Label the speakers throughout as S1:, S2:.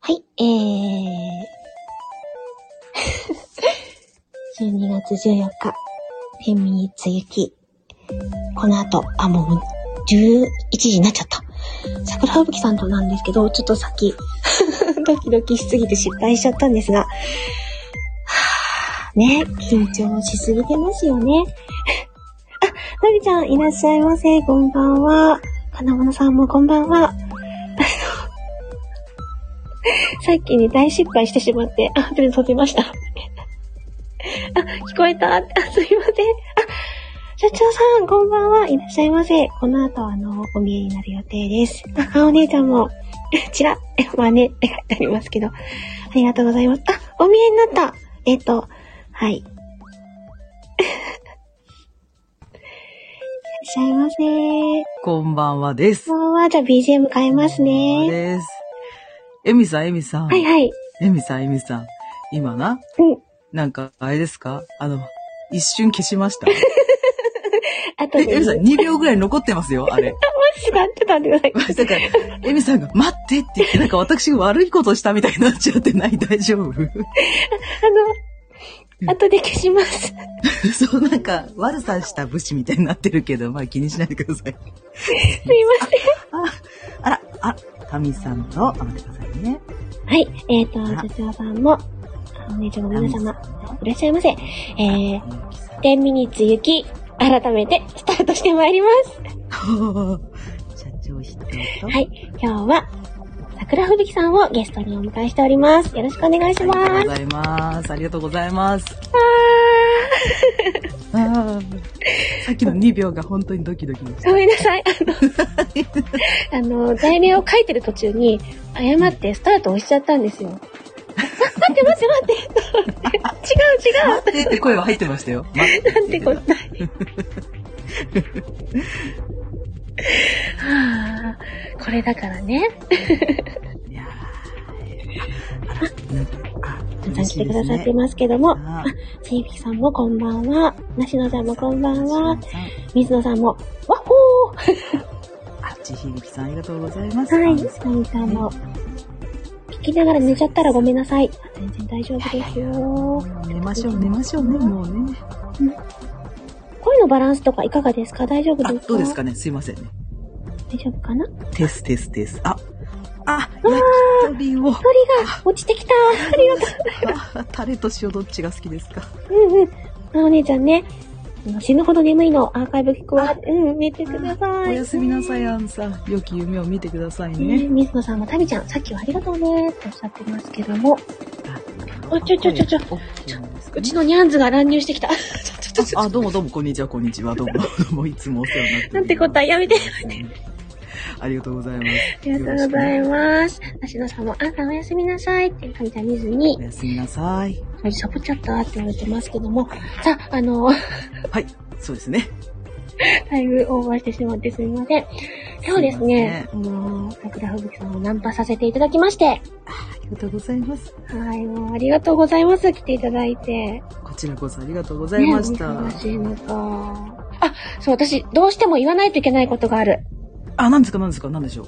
S1: はい、えー、12月14日、フェミーツユキ。この後、あ、もう、11時になっちゃった。桜吹雪さんとなんですけど、ちょっとさっき、 ドキドキしすぎて失敗しちゃったんですが、は ぁね、緊張しすぎてますよね。 あ、のりちゃん、いらっしゃいませ。こんばんは。金物さんもこんばんは。あのさっきに大失敗してしまって、あ、全部飛びました。あ、聞こえた。あ、すいません。あ、社長さん、こんばんは。いらっしゃいませ。この後、あの、お見えになる予定です。あ、あお姉ちゃんも、 ちら、え、まあね、って書いてありますけど。ありがとうございます。あ、お見えになった。えっと、はい。 いらっしゃいませ。
S2: こんばんはです。
S1: こんばんは。じゃあ BGM 変えます
S2: こんばんは
S1: ね。
S2: です。エミさん、エミさん。
S1: はいはい。
S2: エミさん、エミさん。今な、
S1: うん。
S2: なんか、あれですかあの、一瞬消し ました。
S1: あと
S2: え、
S1: で、
S2: エミさん、2秒ぐらい残ってますよ、あれ。
S1: ちょっと待ってたんで ください。
S2: だから、エミさんが、待ってって言って、なんか私が悪いことしたみたいになっちゃってない大丈夫
S1: あ の、後で消し ます。
S2: そう、なんか、悪さした武士みたいになってるけど、まあ気にしないでください。
S1: すいません。
S2: あら、あ、タミさんと、あ、待ってくださいね。
S1: はい。えっ、と、
S2: あ
S1: 社長さんも、あお姉ちゃんの皆様、いらっしゃいませ。えー、
S2: ミさん
S1: 10ミニッツゆき、改めてスタートしてまいります。
S2: と社長筆頭と、
S1: はい。今日は、桜吹雪さんをゲストにお迎えしております。よろしくお願いします。
S2: ありがとうございます。ありがとうございます。あー さっきの2秒が本当にドキドキでし
S1: ごめんなさい。あの、あの、材料を書いてる途中に、誤ってスタート押しちゃったん ですよ。あ待って待って待って。 違う違う。
S2: た。えって声は入ってましたよ。待って
S1: なんてことない。 はあ、これだからね。
S2: いやーあらなんかあ
S1: 皆さん来
S2: 嬉しい
S1: て
S2: で
S1: く
S2: す
S1: ださってい
S2: ね
S1: ますけども、
S2: あ
S1: ちゆきさんもこんばんは。なしのちゃんもこんばんは。
S2: さん
S1: 水野さんも、わっほー
S2: あちひびきさんありがとうございます。
S1: は
S2: あ
S1: い、さみさんも。聞きながら寝ちゃったらごめんなさい。全然大丈夫ですよ。
S2: 寝ましょう、寝ましょうね、もうね。
S1: 声のバランスとかいかがですか大丈夫
S2: あ
S1: ですか、
S2: どうですかねすいませんね。
S1: 大丈夫かな鳥
S2: テステステス。あ、あ、焼き鳥を。
S1: が落ちてきた。ありがとう。
S2: あ タレと塩どっちが好きですか
S1: うんうん。あお姉ちゃんね、あの死ぬほど眠いのアーカイブ聞くわ。うん、見てください。
S2: おやすみなさい、
S1: ね
S2: アンさん。良き夢を見てください
S1: ね
S2: ね。
S1: 水野さんもタミちゃん、さっきはありがとうねっておっしゃってますけども。あ、ちょちょちょちょ、
S2: おちょですか
S1: うちのニャンズが乱入して きた。ちょちょちょちょ
S2: あ、どうもどうも、こんにちは、こんに ちは、どうも、どうも、いつもお世話になっております。
S1: なんてことはやめて。
S2: ありがとうございま
S1: あ
S2: す。
S1: りがとうございます。芦野さんも、あんたおやすみなさいって、タミちゃん見ずに
S2: お、やすみなさい。
S1: サボっちゃったって言われてますけども。さあ、あの、
S2: はい、そうですね。
S1: だいぶオーバーしてしまってすみません。そうですね。
S2: す
S1: あの、桜吹雪さんをナンパさせていただきまして。
S2: ありがとうございます。
S1: はい、もうありがとうございます。来ていただいて。
S2: こちらこそありがとうござ
S1: ね
S2: いました。
S1: お忙しい中。あ、そう、私、どうしても言わないといけないことがある。
S2: あ、なんですか、なんですか、なんでしょう。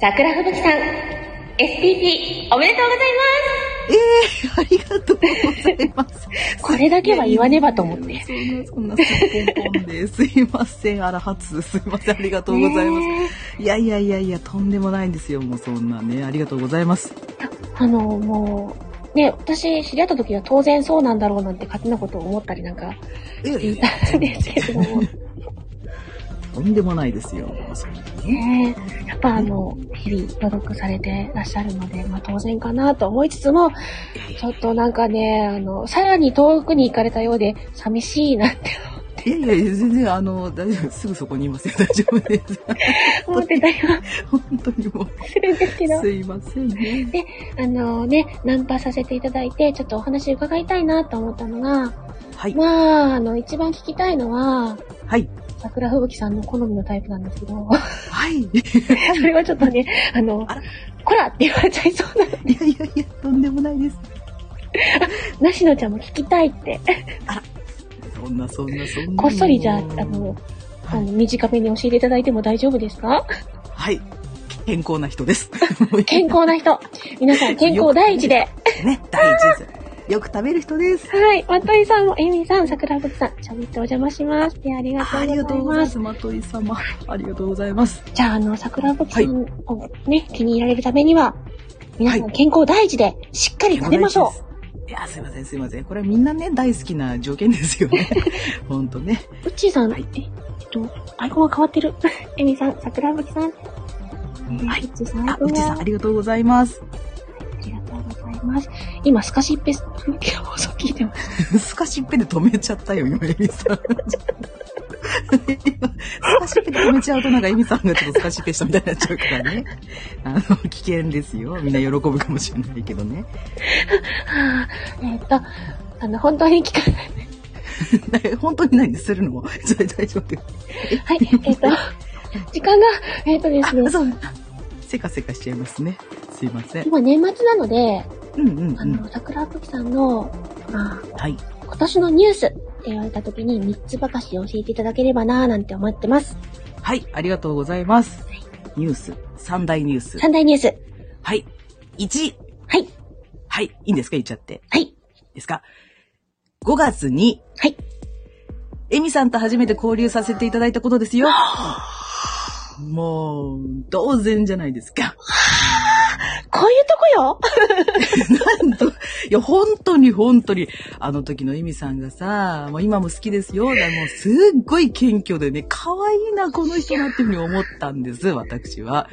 S1: 桜吹雪さん、STP、おめでとうござい
S2: ええー、ありがとうございます。
S1: ます。これだけは言わねばと思って。
S2: そんな、そんな、すっぽんぽんで、すいません、あらはつ、すいません、ありがとうございます。
S1: ね
S2: いやいやいやいや、とんでもないんですよ。もうそんなね。ありがとうございます。
S1: えあの、もう、ね、私、知り合った時は当然そうなんだろうなんて勝手なことを思ったりなんかしていたんですけれども。
S2: とんでもないですよ。そんなね。
S1: ねえ、やっぱあの、日々努力されてらっしゃるので、まあ当然かなと思いつつも、ちょっとなんかね、あの、さらに遠くに行かれたようで、寂しいなって
S2: いやいや、全然、あの、大丈夫です。すぐそこにいますよ。大丈夫です。
S1: 思ってたりは
S2: 本当にもう、
S1: するんですけど、あ
S2: すいませんね。
S1: のね、ナンパさせていただいて、ちょっとお話伺いたいなと思ったのが、
S2: はい。
S1: まあ、あの、一番聞きたいのは、
S2: はい。
S1: 桜吹雪さんの好みのタイプなんですけ ど、
S2: はい。
S1: それはちょっとね、あの
S2: あら、
S1: こらって言われちゃいそうな、
S2: いやいやいや、とんでもないです。
S1: なしのちゃんも聞きたいって、
S2: そんな、そんな、そんな。
S1: こっそりじゃあ、あ
S2: もう
S1: の、あ
S2: は
S1: の
S2: い。
S1: 短めに教えていただいても大丈夫ですか
S2: はい。健康な人です。
S1: 健康な人。皆 さん健康第一で。
S2: ね、第一です。よく食べる人です。
S1: はい。まといさんも、えみさん、桜ぶさん、ちょびっとお邪魔します。で、ありがとう
S2: ありがとう
S1: ご
S2: ご
S1: ざいま。
S2: ざいますす。まとい様。ありがとうございます。
S1: じゃあ、あの、桜ぶさんをね、気に入られるためには、皆さ
S2: は
S1: ん
S2: い
S1: 健康第一で、しっかり食べましょ
S2: う。いや、すいません、すいません。これみんなね、大好きな条件ですよ ね。ほんとね。
S1: う。うっちーさん、
S2: はい
S1: ええっと、アイコンが変わってる。 えみさん、桜ぶさん。
S2: は
S1: う
S2: い
S1: っ。ちーさん、
S2: あ、うちさん、
S1: あ
S2: ありがとうございます。
S1: りがとうございます。今、スカシッペス、 風景放送聞いてます。
S2: スカシッペで止めちゃったよ、今、エミさん。今スカシッペで止めちゃうと、なんかエミさんがちょっとスカシッペしたみたいになっちゃうからね。あの、危険ですよ。みんな喜ぶかもしれないけどね。
S1: はあ、 えっと、あの、本当に聞か ない。
S2: だから本当に何するのも、それ大丈夫です。
S1: はい、えっと、時間が、えっとですね
S2: あ、、そう。せかせかしちゃいますね。すいません。
S1: 今年末なので、
S2: うんうん
S1: あ
S2: うん。
S1: の、桜吹さんの、まあ、
S2: はい。
S1: 今年のニュースって言われた時に3つばかし教えていただければなぁなんて思ってます。
S2: はい、ありがとうございます。ニュース、三大ニュース。
S1: 3大ニュース。
S2: はい。1、
S1: はい、
S2: はい、いいんですか言っちゃって。
S1: はい、
S2: ですか ?5 月に、
S1: はい。
S2: エミさんと初めて交流させていただいたことです よ。もう、当然じゃないですか。
S1: こういうとこ よ
S2: なん と、いや、本当に本当に、あの時のエミさんがさ、もう今も好きですよ。だからもうすっごい謙虚でね、可愛いな、この人なっていうふうに思ったんです、私は。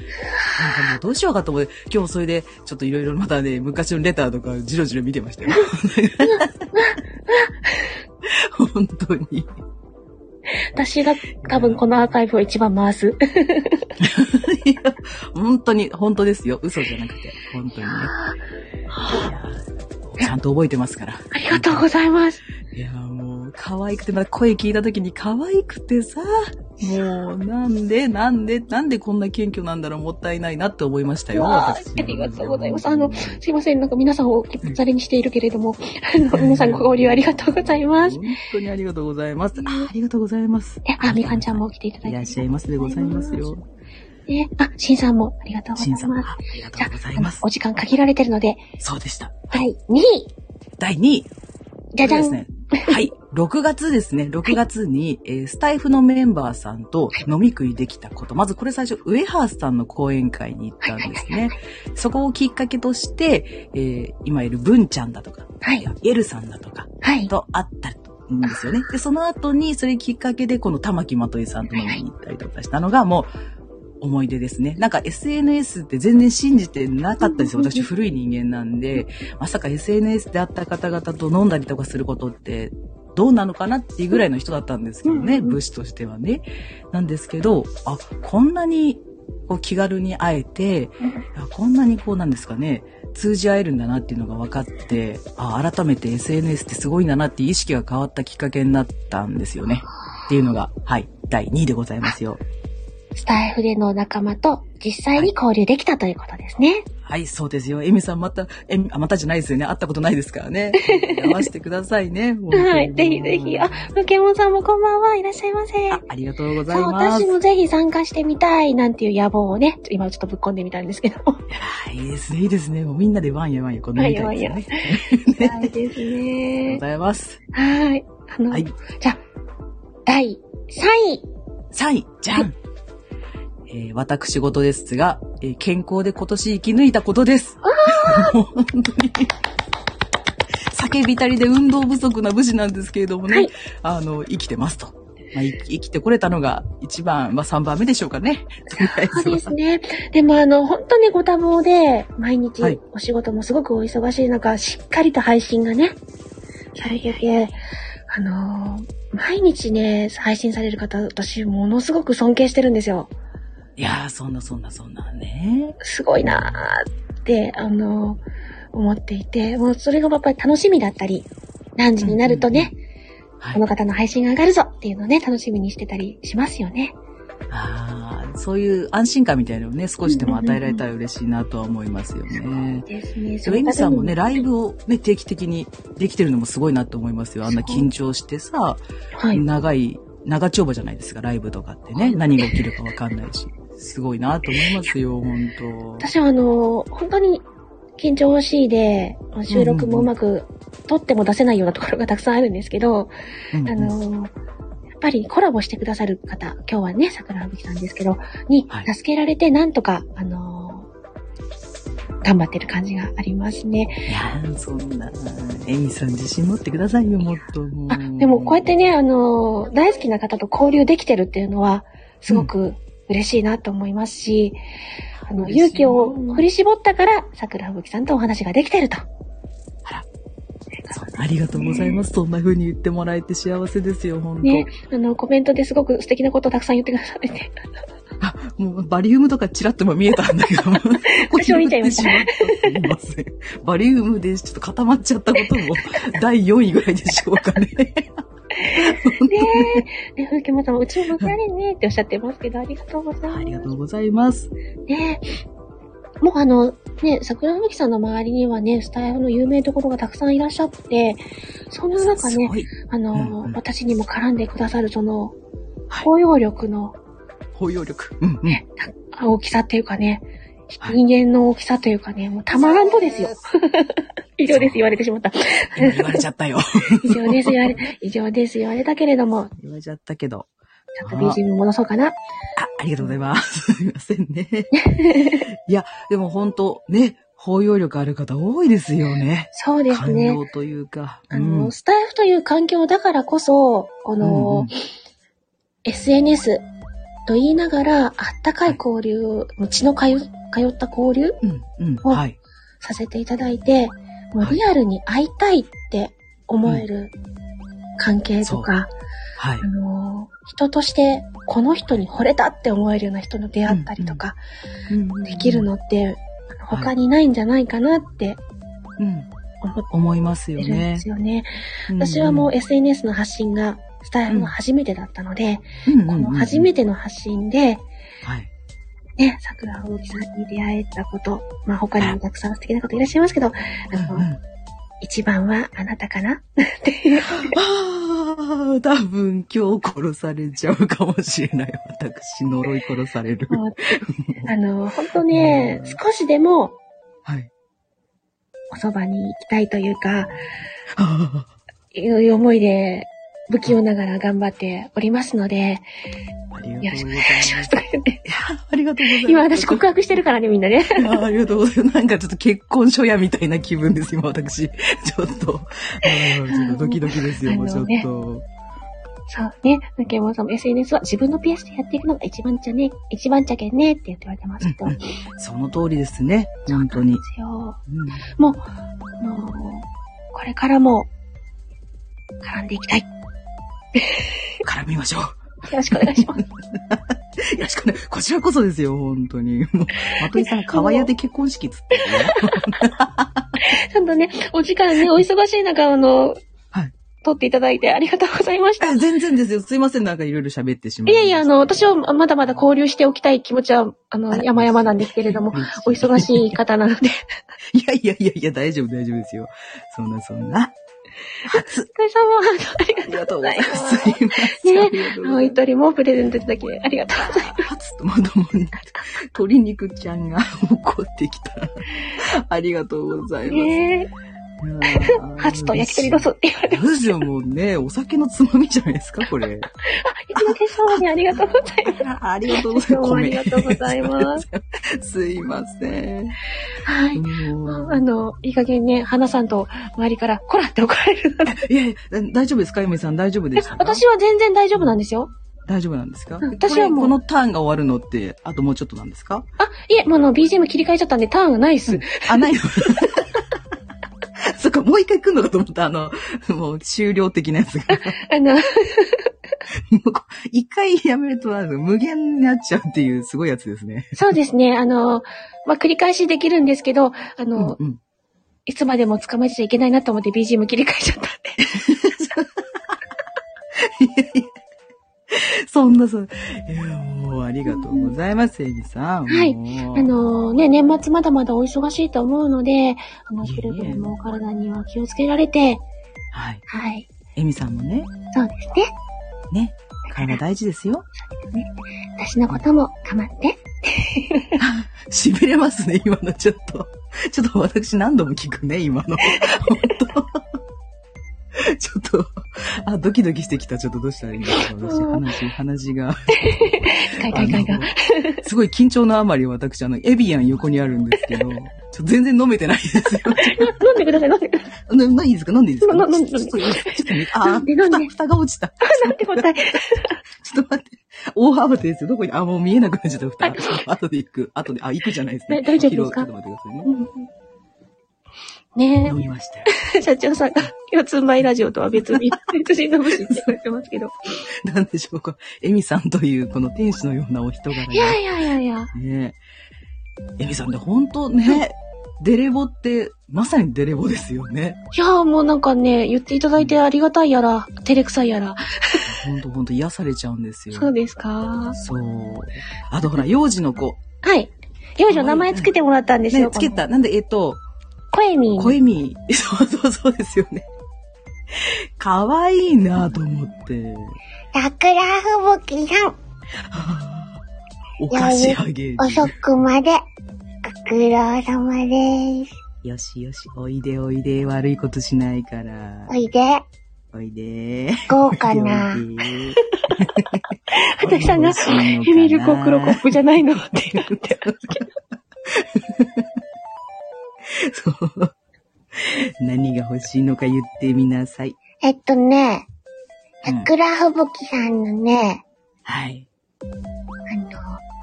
S2: なんかもうどうしようかと思って、今日それで、ちょっといろいろまたね、昔のレターとか、じろじろ見てましたよ。本当に。
S1: 私が多分このアーカイブを一番回 す。
S2: いや本当に、本当ですよ。嘘じゃなくて。本当にね。いやちゃんと覚えてますから。
S1: ありがとうございます。
S2: いや、もう、可愛くて、まだ声聞いた時に可愛くてさ、もう、なんで、なんで、なんでこんな謙虚なんだろう、もったいないなって思いましたよ。
S1: わあ
S2: 私
S1: ありがとうございますあのすいません、なんか皆さんを置き去りにしているけれども、あの、皆さんご交流ありがとうございます。
S2: 本当にありがとうございます。あありがとうございます。
S1: え、あ、みかんちゃんも来ていただい
S2: い
S1: て。
S2: らっしゃいますでございますよ。
S1: ね、あ、しんさんもありがとうござい
S2: しん
S1: ます。
S2: さん、あありがとうございま
S1: じゃ
S2: す
S1: ああのお。時間限られてるので、
S2: そうでした。
S1: はい、2位、
S2: 第2位。
S1: じゃじゃ
S2: そ
S1: ん、
S2: うですね。はい。6月ですね。6月に、えースタイフのメンバーさんと飲み食いできたこと。まずこれ最初、ウエハースさんの講演会に行ったんですね。そこをきっかけとして、えー今いる文ちゃんだとか、
S1: はい、
S2: エルさんだとか、
S1: はい、
S2: と会ったんですよね。で、その後に、それきっかけで、この玉木まといさんと飲みに行ったりとかしたのが、もう、思い出ですね。なんか SNS って全然信じてなかったですよ。
S1: うんうんうん
S2: 私古い人間なんで、まさか SNS で会った方々と飲んだりとかすることって、どうなのかなっていうぐらいの人だったんですけど
S1: う
S2: ね、
S1: んうん
S2: 武士としてはね。なんですけど、あ、こんなにこう気軽に会えて、あこんなにこうなんですかね通じ合えるんだなっていうのが分かってあ改めて SNS ってすごいんだなっていう意識が変わったきっかけになったんですよねっていうのがはい第2位でございますよ
S1: スタイフでの仲間と実際に交流できたということですね。
S2: はいそうですよエミさんまたえみあまたじゃないですよね会ったことないですからね合わせてくださいね本当に
S1: はい、ぜひぜひ。あ、ふけもんさんもこんばんはいらっしゃいませ。
S2: あありがとうござ
S1: そ、
S2: いうます
S1: 私もぜひ参加してみたいなんていう野望をね、今ちょっとぶっ込んでみたんですけど。
S2: はいいいですねいいですねもうみんなでワンやワンやこのみたいですね
S1: ワンやワンや
S2: あり
S1: したいです
S2: がとう
S1: ね
S2: ご。ざいます
S1: はい。あの、
S2: はい
S1: じゃあ、第3位。
S2: 3位、じゃん、えー私事ですが、えー健康で今年生き抜いたことです。もう本当に。叫びたりで運動不足な武士なんですけれどもね、
S1: はい
S2: あの、生きてますと。まあ、生き生きてこれたのが一番、まあ3番目でしょうかね。とりあえ
S1: そう
S2: ずは
S1: ですね。でもあの、本当にご多忙で、毎
S2: は
S1: 日
S2: い
S1: お仕事もすごくお忙しい中、しっかりと配信がね、されてて、あのー毎日ね、配信される方、私、ものすごく尊敬してるんですよ。
S2: いやー、そんなそんなそんなね。
S1: すごいなーって、あのー思っていて、もうそれがやっぱり楽しみだったり、何時になるとね、
S2: は
S1: この方の配信が上がるぞっていうのをね、楽しみにしてたりしますよね。
S2: あーそういう安心感みたいなのをね、少しでも与えられたら嬉しいなとは思いますよね。
S1: ですね。
S2: そう、エミさんもね、
S1: ラ
S2: ライブをね、定期的にできてるのもすごいなと思いますよ。あんな緊張してさ、
S1: はい。
S2: 長い、長丁場じゃないですか、ライブとかってね。何が起きるかわかんないし。すごいなと思いますよ、本当。
S1: 私はあの、本当に緊張しいで、収録もうまく撮っても出せないようなところがたくさんあるんですけど、
S2: うん
S1: あの、やっぱりコラボしてくださる方、今日はね、桜吹雪さんですけど、に
S2: はい
S1: 助けられて、なんとか、あの、頑張ってる感じがありますね。
S2: いや、そんな、エミさん自信持ってくださいよ、もっと。も
S1: あ、でもこうやってね、あの、大好きな方と交流できてるっていうのは、すごく嬉しいなと思いますし、あの、
S2: 嬉
S1: 勇
S2: しい
S1: 気
S2: よ
S1: を振り絞ったから、桜吹雪さんとお話ができてると。
S2: そうありがとうございます。そんな風に言ってもらえて幸せですよ、本当、
S1: ね、あの、コメントですごく素敵なことをたくさん言ってくださ ってて、
S2: もう、バリウムとかチラッと今見えたんだけ ど。
S1: 私も見ちゃいました
S2: ここに入ってしまったすいません。バリウムでちょっと固まっちゃったことも、第4位ぐらいでしょうかね。
S1: ねえ、ね、ふうきもさんも、うちも向かれねっておっしゃってますけど、ありがとうございます。
S2: ありがとうございます。
S1: ねえ。もうあの、ね、桜吹さんの周りにはね、スタイフの有名どころがたくさんいらっしゃって、そんな中
S2: す
S1: ね、
S2: ごい。
S1: あの、
S2: うんうん
S1: 私にも絡んでくださるその、
S2: はい
S1: 包容力の
S2: 包容力。うんうん。
S1: あ大きさっていうかね、
S2: はい
S1: 人間の大きさというかね、もうたまらんとですよ。。以上です、言われてしま った。
S2: 今言われちゃったよ。
S1: 以上です、言われ、以上です、言われたけれども、
S2: 言われちゃったけど。
S1: ちょっと BGM 戻そうかな。
S2: あ、ありがとうございます。すみませんね。いや、でも本当ね、包容力ある方多いですよね。
S1: そうです
S2: 感
S1: ね。
S2: 動というか。
S1: あ
S2: う
S1: の、
S2: ん
S1: スタイフという環境だからこそ、こ
S2: うんう
S1: の
S2: ん、
S1: SNS と言いながら、あったかい交流、もう血の通通った交流
S2: うん、うん、
S1: お
S2: はい。
S1: させていただいて、もう
S2: はい
S1: リアルに会いたいって思える関係とか、
S2: はい
S1: あ。の、人としてこの人に惚れたって思えるような人の出会ったりとか、できるのって、
S2: はい
S1: 他にないんじゃないかなって
S2: うん、
S1: 思っ
S2: 思います
S1: て
S2: よ
S1: るんで
S2: ね
S1: す。よね。私はもう SNS の発信がスタイフの初めてだったので、
S2: うん、
S1: この初
S2: て、
S1: めての発信で、
S2: はい。
S1: ね、桜大木さんに出会えたこと、まあ他にもたくさん素敵なこといらっしゃいますけど、あ
S2: うんう
S1: の、
S2: ん
S1: 一番はあなたか な
S2: ああ、多分今日殺されちゃうかもしれない。私、呪い殺される。
S1: もうあの、本当ね
S2: う、ん
S1: 少しでも
S2: はい。
S1: おそばに行きたいというか、
S2: あ
S1: いう思いで、不器用ながら頑張っておりますので、
S2: ーありが
S1: よろ
S2: と
S1: し
S2: う
S1: く
S2: ご
S1: お
S2: ざ
S1: 願
S2: い
S1: いしま
S2: ますす。
S1: とか言って。
S2: ありがとうございます。
S1: 今私告白してるからね、みんなね。
S2: あありがとうございます。なんかちょっと結婚書屋みたいな気分です、今私。ちょっと。あーちょっとドキドキですよ、もうちょっ
S1: あ
S2: と。
S1: そうね。竹山さんも SNS は自分のペースでやっていくのが一番じゃね、一番じゃけんねって言って言われてますけど。
S2: うんうその通りですね、本当に。
S1: ですよ。
S2: うん
S1: もう、もう、これからも、絡んでいきたい。よ
S2: 絡みましょう。よ
S1: ろしくお願いし ます。
S2: ろしくね。こちらこそですよ、本当に。もう、まといさん、川屋で結婚式っつってるね。
S1: ちゃんとね、お時間ね、お忙しい中、あの、
S2: はい
S1: 撮っていただいてありがとうございました。
S2: あ全然ですよ。すいません、なんかいろいろ喋ってしま
S1: いやいや、あ
S2: あ
S1: の、私はまだまだ交流しておきたい気持ちは、あの、山々なんですけれども、お忙しい方 なので、
S2: い。いやいやいやいや、大丈夫、大丈夫ですよ。そんな、そんな。初。
S1: お疲れ様、あのあり
S2: あ
S1: が
S2: りが
S1: とう
S2: とう
S1: ござ
S2: ご
S1: い
S2: ざい
S1: ま
S2: ますす。。すいません。
S1: ね
S2: ありがとうご
S1: お
S2: ざいます
S1: 一人もプレゼントいただき、ありがとうございます。
S2: 初とまどもに、鶏肉ちゃんが怒ってきた。ありがとうございます。
S1: ねえ初と焼き鳥ロス
S2: そ
S1: って言われて、
S2: うですよ、もうね、お酒のつまみじゃないですか、これ。
S1: いつも手相にありがとうございます。
S2: ありがとうござい
S1: どう
S2: ます。
S1: もありがとうございます。
S2: す。すいません。
S1: はい。
S2: もう
S1: あの、いい加減ね、花さんと周りから、こらって怒られるので。
S2: いやいや、大丈夫ですか、ゆめさん、大丈夫でしたか
S1: 私は全然大丈夫なんですよ。
S2: 大丈夫なんですか
S1: うん私はもう
S2: これこのターンが終わるのって、あともうちょっとなんですか
S1: あ、いえ、もうあの、BGM 切り替えちゃったんで、ターンがないっす。
S2: あ、ないの そっか、もう一回来んのかと思った、あの、もう終了的なやつが。
S1: あの、
S2: もうこ一回やめると、あの無限になっちゃうっていうすごいやつですね。
S1: そうですね、あの、まあ、繰り返しできるんですけど、あ
S2: う
S1: の、
S2: んうん。
S1: いつまでも捕まえちゃいけないなと思って BGM 切り替えちゃったんで。
S2: そんな、そんな。いや、もうありがとうございます、エビさん。
S1: はい
S2: もう
S1: あ、のね、年末まだまだお忙しいと思うので、あの、
S2: いえい
S1: く
S2: え
S1: れぐれもお体には気をつけられて、
S2: はい。
S1: はい。
S2: エミさんもね、
S1: そうですね。
S2: ね、体大事ですよ。
S1: 私のことも構って。
S2: 痺れますね、 今のちょっと。ちょっと私何度も聞くね、今の。 本当ちょっと、あ、ドキドキしてきた。ちょっとどうしたらいいんだろう。私、話、話が。
S1: かいかいかい
S2: あ
S1: が
S2: の。すごい緊張のあまり私、あの、エビアン横にあるんですけど、ちょっと全然飲めてないですよ。
S1: 飲んでください、飲んでくださ
S2: あのまあいいですか飲んでいいですか
S1: 飲んで飲ん
S2: ち
S1: で
S2: ょっと、ちょっと、ちょっとね、あ
S1: 飲んで飲んで
S2: ー、蓋、蓋が落ちた。
S1: い。なんて答え。
S2: ちょっと待って。大幅手ですよ。どこに、あ、もう見えなくなっちゃった、蓋。後で行く。後で、あ、行くじゃないですね。
S1: ね大丈夫ですか
S2: 拾うちょっと待ってくださいね。
S1: うんね
S2: 飲みましたよ。
S1: え、社長さんが、四つん這いラジオとは別に、別人の無視って言われてますけど。
S2: なんでしょうか。エミさんという、この天使のようなお人柄
S1: いや
S2: が。
S1: いやいやいや。
S2: ねエミさんって本当ね、デレボって、まさにデレボですよね。
S1: いやもうなんかね、言っていただいてありがたいやら、照れくさいやら。
S2: 本当本当癒されちゃうんですよ。
S1: そうですか。
S2: そう。あとほら、幼児の子。
S1: はい。幼女名前つけてもらったんですよ。
S2: ね、つけた。なんで、えっと、
S1: この。声に。
S2: 小エミ。そうそうそうですよね。可愛いなと思って。
S3: 桜吹雪さん、
S2: お菓子あげる。
S3: 遅くまで、ご苦労様です。
S2: よしよし、おいでおいで、悪いことしないから
S3: お。いで、
S2: おいで。
S3: 豪華な。
S1: 私さんが、ヘミルコ黒コップじゃないのって言って。
S2: そう何が欲しいのか言ってみなさい。
S3: えっとね、
S2: うん
S3: 桜吹雪さんのね、
S2: はい。
S3: あの、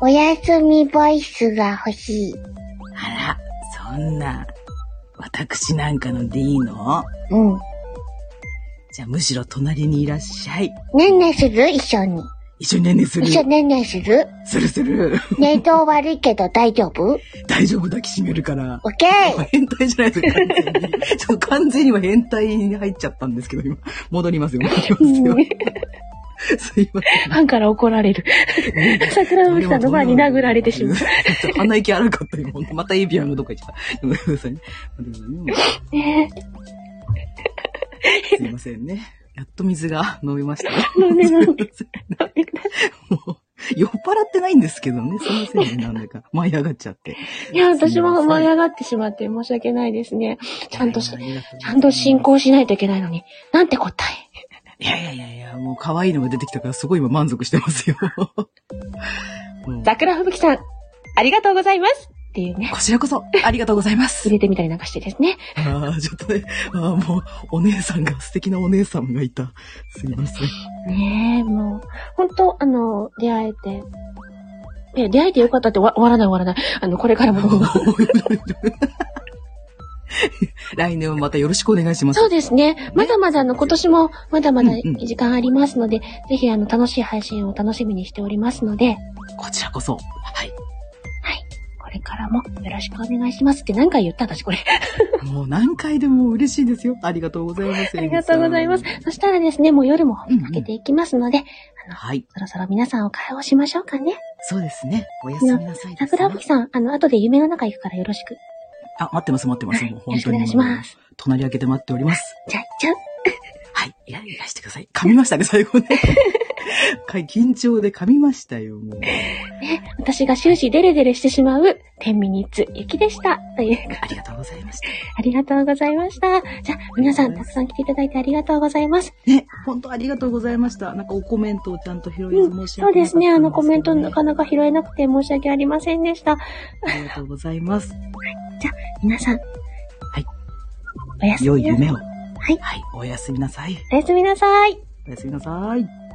S3: おやすみボイスが欲しい。
S2: あら、そんな、私なんかのでいいの
S3: うん。
S2: じゃあむしろ隣にいらっしゃい。
S3: ねんねする一緒に。
S2: 一緒にねんねする。
S3: 一緒にねんねする
S2: するする。
S3: 寝相悪いけど 大丈夫オッ
S2: 大丈夫抱きしめるから。
S3: ケー
S2: 変態じゃないですか、完全に。ちょっと完全に今変態に入っちゃったんですけど、今。戻りますよ、戻りますよ。すいま
S1: ファンから怒られる。桜
S2: せん。
S1: 吹さんの前に殴られてしまう。
S2: う。鼻息荒かったよ、ほんとまたエビアンがどっか行 っちゃった。ごめんなさいね。
S1: ね
S2: すいませんね。やっと水が飲めました。
S1: 飲んで飲ん
S2: で。もう、酔っ払ってないんですけどね。すいませんね、なんだか。舞い上がっちゃって。
S1: いや、私も舞い上がってしまって申し訳ないですね。ちゃんとし、
S2: ありがとうございま
S1: ち
S2: す
S1: ゃんと進。行しないといけないのに。なんて答え。
S2: いやいやいやいや、もう可愛いのが出てきたから、すごい今満足してますよ。うん
S1: 桜吹雪さん、ありがとうございますっていうね。
S2: こちらこそ、ありがとうございま
S1: 入
S2: す。
S1: れてみたりなんかしてですね。
S2: ああ、ちょっとね、ああ、もう、お姉さんが、素敵なお姉さんがいた。すいません。
S1: ねえ、もう、本当あの、出会えて。ね、出会えてよかったって終わ終わらない終わらない。あの、これから も。
S2: 来年もまたよろしくお願いします。
S1: そうですね。まだまだあの、今年も、まだまだ
S2: うんうん
S1: 時間ありますので、ぜひあの、楽しい配信を楽しみにしておりますので、
S2: こちらこそ。はい。
S1: これからもよろしくお願いしますって何回言った私こ れ。
S2: もう何回でも嬉しいですよ。ありがとうございます。
S1: ありがとうございます
S2: エミさん。
S1: そしたらですね、もう夜も明けていきますので、
S2: はい。
S1: そろそろ皆さんお会話をしましょうかね。
S2: そうですね。おやすみなさいですね、
S1: 桜吹さん、あの、後で夢の中行くからよろしく。よ
S2: あ、待ってます、待ってます。もう
S1: ろ
S2: 本
S1: しく
S2: 当
S1: お
S2: に。
S1: 願いします。
S2: 隣開けて待っております。
S1: じゃあ、じゃあ、
S2: はい。いや、いらしてください。噛みましたね、最 後ね。か緊張で噛みましたよ、 もう。
S1: 私が終始デレデレしてしまう、天ミニッツ、雪でした。という、
S2: ありがとうございました。
S1: ありがとうございました。じゃあ、皆さん、たくさん来ていただいてありがとうございます。
S2: ね、本当ありがとうございました。なんかおコメントをちゃんと拾いず申し
S1: そう
S2: 訳なかったんけど、
S1: ですね、あの、コメントなか
S2: な
S1: なか拾えなくて申し訳ありませんでした。
S2: ありがとうございます。
S1: 皆さん、
S2: い
S1: おやす
S2: 良
S1: み
S2: い
S1: なさい。
S2: 夢を。はいはい。おやすみなさい。
S1: おやすみなさい。
S2: おやすみなさい。